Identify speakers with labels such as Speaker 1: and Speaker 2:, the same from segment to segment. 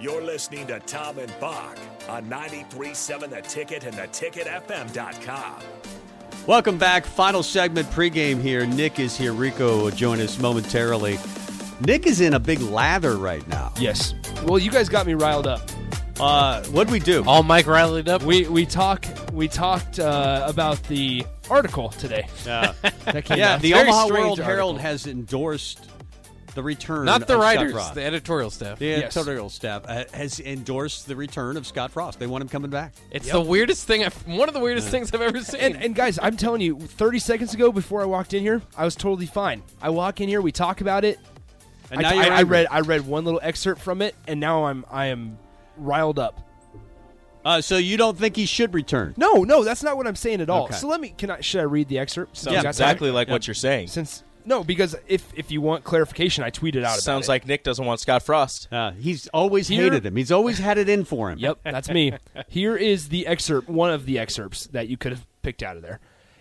Speaker 1: You're listening to Tom and Bach on 93.7 The Ticket and theticketfm.com.
Speaker 2: Welcome back. Final segment pregame here. Nick is here. Rico will join us momentarily. Nick is in a big lather right now.
Speaker 3: Yes. Well, you guys got me riled up.
Speaker 2: Uh, what'd we do?
Speaker 4: All Mike rallied up.
Speaker 3: We we talk we talked uh, about the article today.
Speaker 2: Yeah.
Speaker 3: That came
Speaker 2: yeah,
Speaker 3: out.
Speaker 2: the
Speaker 3: Very
Speaker 2: Omaha
Speaker 3: strange
Speaker 2: World Herald
Speaker 3: article.
Speaker 2: has endorsed the return
Speaker 4: Not the
Speaker 2: of
Speaker 4: writers,
Speaker 2: Scott Frost.
Speaker 4: the editorial staff.
Speaker 2: The
Speaker 3: Yes.
Speaker 2: editorial staff uh, has endorsed the return of Scott Frost. They want him coming back.
Speaker 4: It's the weirdest thing. I've, one of the weirdest things I've ever seen.
Speaker 3: And, and guys, I'm telling you, 30 seconds ago, before I walked in here, I was totally fine. I walk in here, we talk about it.
Speaker 2: And
Speaker 3: I,
Speaker 2: now you're
Speaker 3: I, I
Speaker 2: angry.
Speaker 3: read I read one little excerpt from it, and now I'm I am riled up.
Speaker 2: Uh, so you don't think he should return?
Speaker 3: No, no, that's not what I'm saying at all.
Speaker 2: Okay.
Speaker 3: So let me can I should I read the excerpt? Since
Speaker 5: Sounds
Speaker 3: you got time?
Speaker 5: exactly like what you're saying.
Speaker 3: Since no, because if if you want clarification, I tweeted out. about
Speaker 5: Sounds
Speaker 3: it.
Speaker 5: like Nick doesn't want Scott Frost.
Speaker 2: Uh, he's always
Speaker 3: Here-
Speaker 2: hated him. He's always had it in for him.
Speaker 3: Yep, that's me. Here is the excerpt, one of the excerpts that you could have picked out of there.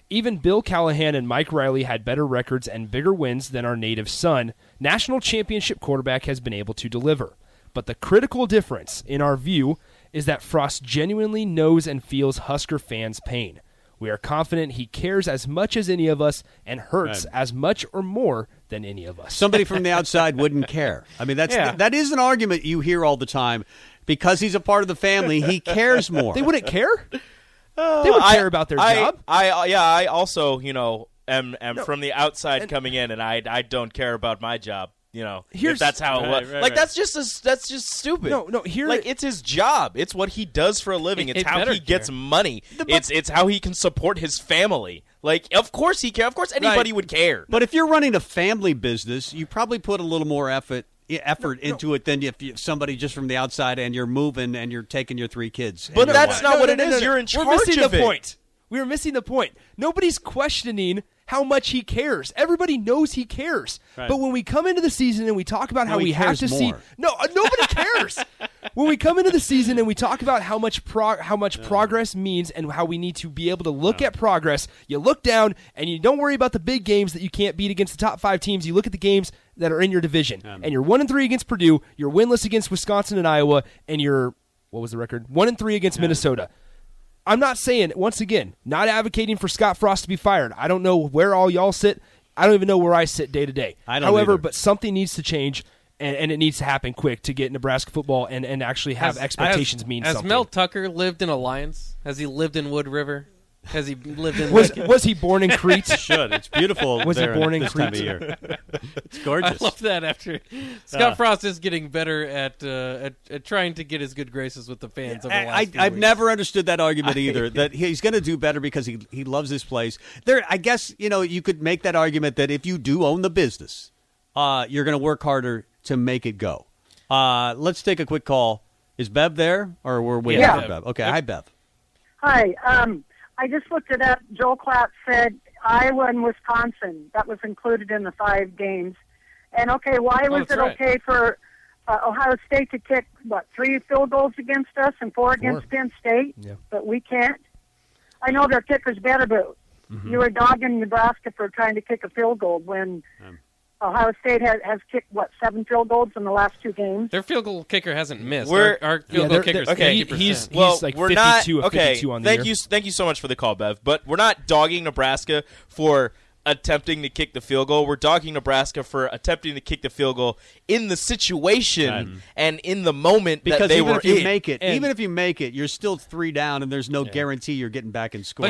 Speaker 3: Even Bill Callahan and Mike Riley had better records and bigger wins than our native son, national championship quarterback has been able to deliver. But the critical difference, in our view, is that Frost genuinely knows and feels Husker fans' pain. We are confident he cares as much as any of us and hurts as much or more than any of us.
Speaker 2: Somebody from the outside wouldn't care. I mean, that's
Speaker 3: Yeah.
Speaker 2: that is an argument you hear all the time. Because he's a part of the family, he cares more.
Speaker 3: they wouldn't care? they would care about their
Speaker 5: Oh, I,
Speaker 3: job.
Speaker 5: I, I- yeah, I also, you know, am am from the outside coming in, and I I don't care about my job. You know,
Speaker 3: Here's-
Speaker 5: if that's how it
Speaker 3: Right,
Speaker 5: was.
Speaker 3: right,
Speaker 5: like
Speaker 3: right.
Speaker 5: that's just a, that's just stupid.
Speaker 3: No, no, here-
Speaker 5: like it's his job. It's what he does for a living. It's
Speaker 4: It
Speaker 5: how
Speaker 4: better
Speaker 5: he gets
Speaker 4: care.
Speaker 5: money. It's it's how he can support his family. Like of course he care. Of course anybody would care.
Speaker 2: But if you're running a family business, you probably put a little more effort effort into it than if you, somebody just from the outside and you're moving and you're taking your three kids. and
Speaker 5: But
Speaker 2: your
Speaker 5: that's
Speaker 2: wife.
Speaker 5: not what it is.
Speaker 3: no, no.
Speaker 5: You're in charge
Speaker 3: We're missing
Speaker 5: of
Speaker 3: the
Speaker 5: it.
Speaker 3: point. We're missing the point. Nobody's questioning how much he cares. Everybody knows he cares. But when we come into the season and we talk about how
Speaker 2: he
Speaker 3: we have
Speaker 2: cares
Speaker 3: to see
Speaker 2: more.
Speaker 3: no, uh, nobody cares. when we come into the season and we talk about how much prog- how much progress means and how we need to be able to look at progress, you look down and you don't worry about the big games that you can't beat against the top 5 teams. You look at the games that are in your division. and you're 1 and 3 against Purdue, you're winless against Wisconsin and Iowa, and you're what was the record? 1 and 3 against Minnesota. I'm not saying once again, not advocating for Scott Frost to be fired. I don't know where all y'all sit. I don't even know where I sit day to day.
Speaker 2: I don't
Speaker 3: However,
Speaker 2: either.
Speaker 3: but something needs to change, and, and it needs to happen quick to get Nebraska football and, and actually have
Speaker 4: Has-
Speaker 3: expectations
Speaker 4: has-
Speaker 3: mean
Speaker 4: has
Speaker 3: something.
Speaker 4: Mel Tucker lived in Alliance? Has he lived in Wood River? Has he lived in?
Speaker 3: was
Speaker 4: Lincoln?
Speaker 3: was he born in Crete?
Speaker 2: should. It's beautiful.
Speaker 3: Was he
Speaker 2: there
Speaker 3: born in
Speaker 2: this time of
Speaker 3: Crete?
Speaker 2: year. It's
Speaker 4: I
Speaker 2: gorgeous.
Speaker 4: love that. After Scott Frost is getting better at, uh, at at trying to get his good graces with the fans. over the last
Speaker 2: I,
Speaker 4: few
Speaker 2: I, I've
Speaker 4: weeks.
Speaker 2: never understood that argument either. that he's going to do better because he he loves his place. There, I guess you know you could make that argument that if you do own the business, uh, you're going to work harder to make it go. Uh, let's take a quick call. Is Bev there, or we're waiting
Speaker 6: Yeah.
Speaker 2: for Bev? Okay, hi Bev.
Speaker 6: Hi. Um, I just looked it up. Joel Klatt said Iowa and Wisconsin. That was included in the five games. And okay, why was
Speaker 4: Oh, that's
Speaker 6: it
Speaker 4: right.
Speaker 6: okay for uh, Ohio State to kick what three field goals against us and four, against Penn State, but we can't? I know their kicker's better, but
Speaker 4: Mm-hmm.
Speaker 6: you were dogging Nebraska for trying to kick a field goal when Ohio State has, has kicked what seven field goals in the last two games.
Speaker 4: Their field goal kicker hasn't missed.
Speaker 5: We're-
Speaker 4: our, our
Speaker 3: Yeah,
Speaker 4: field
Speaker 3: they're-
Speaker 4: goal kicker is
Speaker 3: they're- okay,
Speaker 4: okay.
Speaker 3: he-
Speaker 4: 50%.
Speaker 3: he's-
Speaker 5: well,
Speaker 3: like
Speaker 5: we're
Speaker 3: 52
Speaker 5: not,
Speaker 3: of
Speaker 5: okay,
Speaker 3: 52 on the
Speaker 5: thank
Speaker 3: year.
Speaker 5: you, thank you so much for the call, Bev. But we're not dogging Nebraska for attempting to kick the field goal. We're dogging Nebraska for attempting to kick the field goal in the situation and in the moment that
Speaker 2: Because
Speaker 5: they
Speaker 2: even
Speaker 5: were
Speaker 2: if you
Speaker 5: in.
Speaker 2: make it,
Speaker 3: and-
Speaker 2: even if you make it, you're still three down, and there's no guarantee you're getting back in score.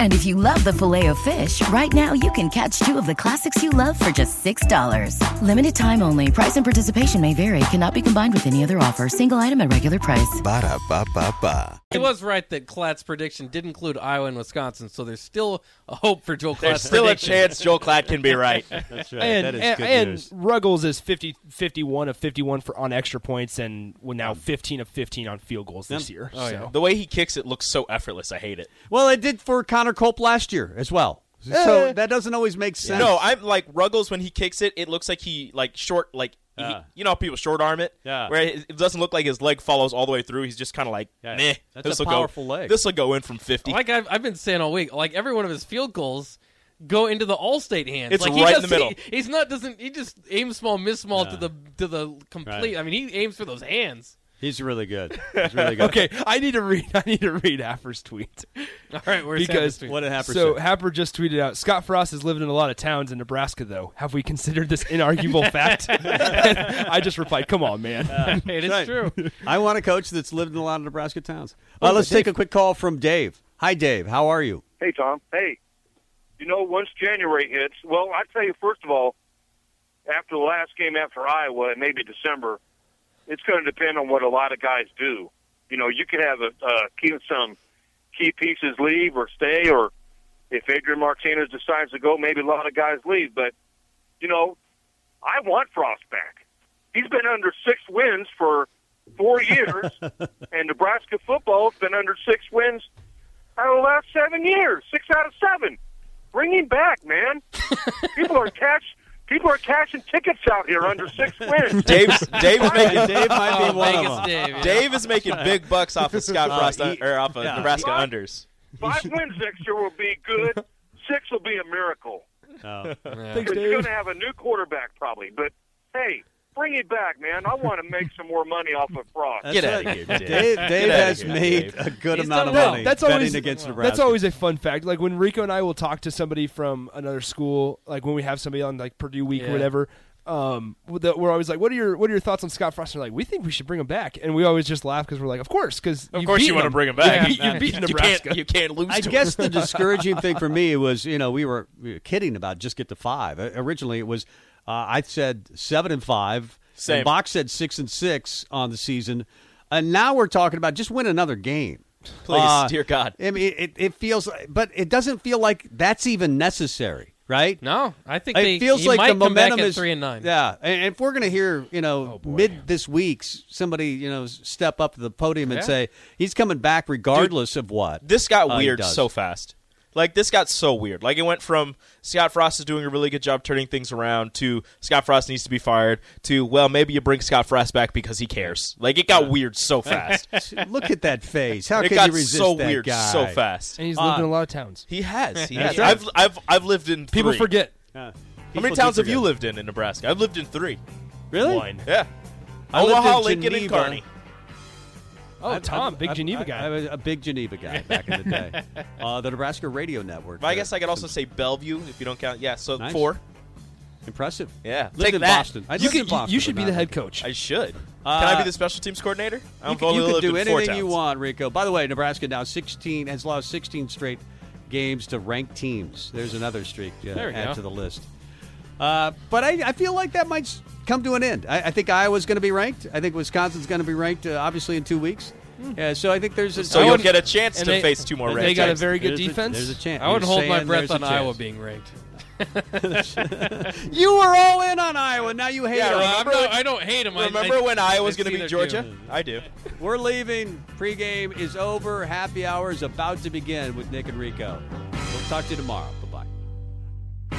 Speaker 7: And if you love the filet of fish, right now you can catch two of the classics you love for just $6. Limited time only. Price and participation may vary. Cannot be combined with any other offer. Single item at regular price.
Speaker 8: Ba-da-ba-ba-ba.
Speaker 4: He was right that Klatt's prediction did include Iowa and Wisconsin, so there's still a hope for Joel
Speaker 5: There's
Speaker 4: Klatt's
Speaker 5: still a
Speaker 4: prediction.
Speaker 5: chance Joel Klatt can be right.
Speaker 2: That's right.
Speaker 3: And,
Speaker 2: that is
Speaker 3: and,
Speaker 2: good
Speaker 3: and
Speaker 2: news.
Speaker 3: Ruggles is 50, 51 of 51 for on extra points and well, now 15 of 15 on field goals this year.
Speaker 4: Oh,
Speaker 3: so.
Speaker 4: yeah.
Speaker 5: The way he kicks it looks so effortless. I hate it.
Speaker 2: Well, it did for Connor Cope last year as well. So that doesn't always make sense.
Speaker 5: Eh. No, I'm like Ruggles when he kicks it. It looks like he like short like he-
Speaker 2: Yeah.
Speaker 5: you know how people short arm it.
Speaker 2: Yeah.
Speaker 5: Where it, it doesn't look like his leg follows all the way through. He's just kind of like
Speaker 2: Yeah.
Speaker 5: meh.
Speaker 2: That's a
Speaker 5: this'll
Speaker 2: powerful
Speaker 5: go,
Speaker 2: leg.
Speaker 5: This will go in from fifty.
Speaker 4: Like I've, I've been saying all week, like every one of his field goals go into the All-State hands.
Speaker 5: It's
Speaker 4: like
Speaker 5: right
Speaker 4: he
Speaker 5: in the
Speaker 4: does,
Speaker 5: middle.
Speaker 4: He, he's not doesn't he just aims small, miss small to the to the complete.
Speaker 2: Right.
Speaker 4: I mean, he aims for those hands.
Speaker 2: He's really good. He's really good.
Speaker 3: Okay, I need to read. I need to read Happer's tweet
Speaker 4: All right, where's
Speaker 3: because
Speaker 4: Havertz?
Speaker 2: What did Happer
Speaker 3: So
Speaker 2: say?
Speaker 3: Happer just tweeted out: Scott Frost has lived in a lot of towns in Nebraska, though. Have we considered this inarguable fact? I just replied, "Come on, man."
Speaker 2: Uh,
Speaker 4: it is
Speaker 2: Right.
Speaker 4: true.
Speaker 2: I want a coach that's lived in a lot of Nebraska towns. Uh, let's take a quick call from Dave. Hi, Dave. How are you?
Speaker 9: Hey, Tom. Hey. You know, once January hits, well, I tell you, first of all, after the last game after Iowa and maybe December, it's going to depend on what a lot of guys do. You know, you could have a, uh, key, some key pieces leave or stay, or if Adrian Martinez decides to go, maybe a lot of guys leave. But, you know, I want Frost back. He's been under six wins for four years, and Nebraska football's been under six wins out of the last seven years, six out of seven. Bring him back, man. people are cash. People are cashing tickets out here under six wins.
Speaker 5: Dave's Dave's
Speaker 2: Hey,
Speaker 5: making
Speaker 2: Dave might be one
Speaker 4: Vegas
Speaker 2: of them.
Speaker 4: Dave, yeah.
Speaker 5: Oh, Dave is making big bucks off of Scott Frost
Speaker 2: he-
Speaker 5: or off of
Speaker 2: yeah.
Speaker 5: Nebraska
Speaker 9: What?
Speaker 5: unders.
Speaker 9: Five wins next year will be good. Six will be a miracle.
Speaker 3: Thanks,
Speaker 9: He's going
Speaker 3: Dave.
Speaker 9: to have a new quarterback probably. But hey, bring him back, man. I want to make some more money off of Frost.
Speaker 2: That's
Speaker 5: Get
Speaker 2: right.
Speaker 5: out of here, Dave.
Speaker 2: Dave,
Speaker 5: Get
Speaker 2: Dave
Speaker 5: outta
Speaker 2: has
Speaker 5: here,
Speaker 2: made
Speaker 5: Dave.
Speaker 2: a good
Speaker 4: He's
Speaker 2: amount of
Speaker 4: done well.
Speaker 2: money
Speaker 3: That's
Speaker 2: betting
Speaker 3: always-
Speaker 2: against Nebraska.
Speaker 3: That's always a fun fact. Like when Rico and I will talk to somebody from another school, like when we have somebody on like Purdue Week
Speaker 4: Yeah.
Speaker 3: or whatever. Um, with the- we're always like, "What are your What are your thoughts on Scott Frost?" And they're like, "We think we should bring him back," and we always just laugh because we're like, "Of course, because
Speaker 5: Of course, you want to bring him back.
Speaker 3: You, you beat
Speaker 5: You
Speaker 3: Nebraska.
Speaker 5: can't. You can't lose.
Speaker 2: I
Speaker 5: to him.
Speaker 2: guess the discouraging thing for me was, you know, we were, we were kidding about just get to five. Uh, Originally, it was uh, I said seven and five.
Speaker 5: Same.
Speaker 2: And Box said six and six on the season, and now we're talking about just win another game. Uh,
Speaker 5: Please, dear God.
Speaker 2: I mean, it, it feels, like- but it doesn't feel like that's even necessary, right?
Speaker 4: No, I think
Speaker 2: it
Speaker 4: they,
Speaker 2: feels
Speaker 4: he
Speaker 2: like
Speaker 4: might
Speaker 2: the momentum
Speaker 4: come back at
Speaker 2: is
Speaker 4: three and nine.
Speaker 2: Yeah, and and if we're going to hear, you know, mid this week's somebody, you know, s- step up to the podium and
Speaker 4: Yeah.
Speaker 2: say he's coming back regardless of what.
Speaker 5: this got
Speaker 2: Uh, he
Speaker 5: weird
Speaker 2: does.
Speaker 5: so fast. Like this got so weird. Like it went from Scott Frost is doing a really good job turning things around to Scott Frost needs to be fired to well maybe you bring Scott Frost back because he cares. Like it got weird so fast.
Speaker 2: Look at that face. How
Speaker 5: it
Speaker 2: can
Speaker 5: got
Speaker 2: you resist
Speaker 5: so
Speaker 2: that
Speaker 5: weird
Speaker 2: guy?
Speaker 5: so fast.
Speaker 3: And he's lived in a lot of towns.
Speaker 5: He has. He has.
Speaker 2: right.
Speaker 5: I've, I've I've lived in
Speaker 3: People
Speaker 5: three.
Speaker 3: forget.
Speaker 5: How many towns have you lived in in Nebraska? I've lived in three.
Speaker 2: Really?
Speaker 5: Yeah.
Speaker 2: I lived
Speaker 5: Omaha,
Speaker 2: in
Speaker 5: Lincoln, and
Speaker 2: Geneva.
Speaker 5: Kearney.
Speaker 3: Oh, Tom, big
Speaker 2: I-
Speaker 3: Geneva
Speaker 2: I-
Speaker 3: guy.
Speaker 2: I was a big Geneva guy back in the day. uh, the Nebraska Radio Network.
Speaker 5: But I guess I could
Speaker 2: got
Speaker 5: also say Bellevue if you don't count. Yeah, so
Speaker 2: Nice.
Speaker 5: four.
Speaker 2: impressive.
Speaker 5: Yeah.
Speaker 2: lived
Speaker 5: Take
Speaker 2: in
Speaker 5: that.
Speaker 2: Boston. I
Speaker 3: you,
Speaker 2: lived
Speaker 3: could-
Speaker 2: in
Speaker 3: you-
Speaker 2: Boston,
Speaker 3: you should
Speaker 2: but
Speaker 3: be the
Speaker 2: not
Speaker 3: head
Speaker 2: Lincoln.
Speaker 3: coach.
Speaker 5: I should.
Speaker 2: Uh,
Speaker 5: Can I be the special teams coordinator? I've
Speaker 2: You, can,
Speaker 5: only
Speaker 2: you can
Speaker 5: lived
Speaker 2: do
Speaker 5: in four
Speaker 2: anything you
Speaker 5: towns.
Speaker 2: want, Rico. By the way, Nebraska now 16 has lost 16 straight games to ranked teams. There's another streak to
Speaker 4: There we
Speaker 2: add
Speaker 4: go.
Speaker 2: to the list. Uh, but I, I feel like that might s- come to an end. I, I think Iowa's going to be ranked. I think Wisconsin's going to be ranked, uh, obviously, in two weeks. Yeah, so I think there's a oh,
Speaker 5: Hmm. So
Speaker 4: I
Speaker 5: you'll
Speaker 4: wouldn't-
Speaker 5: get a chance to
Speaker 4: and they-
Speaker 5: face two more
Speaker 3: They
Speaker 5: red
Speaker 3: got a
Speaker 5: Jackets.
Speaker 3: very good
Speaker 2: there's a-
Speaker 3: defense.
Speaker 2: there's a chance.
Speaker 4: I wouldn't
Speaker 2: You're
Speaker 4: hold my
Speaker 2: saying
Speaker 4: breath
Speaker 2: there's a
Speaker 4: on Iowa
Speaker 2: chance.
Speaker 4: being ranked.
Speaker 2: You were all in on Iowa. Now you hate
Speaker 5: Yeah,
Speaker 2: them.
Speaker 5: right.
Speaker 4: I'm not, I don't hate him. I-
Speaker 5: Remember
Speaker 4: I,
Speaker 5: when Iowa's
Speaker 4: I
Speaker 5: going to
Speaker 4: see
Speaker 5: be
Speaker 4: their
Speaker 5: Georgia?
Speaker 4: doom.
Speaker 5: I do.
Speaker 2: We're leaving. Pregame is over. Happy hour is about to begin with Nick and Rico. We'll talk to you tomorrow. Bye bye.